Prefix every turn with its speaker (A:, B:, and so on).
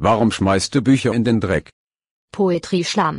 A: Warum schmeißt du Bücher in den Dreck?
B: Poetry Schlamm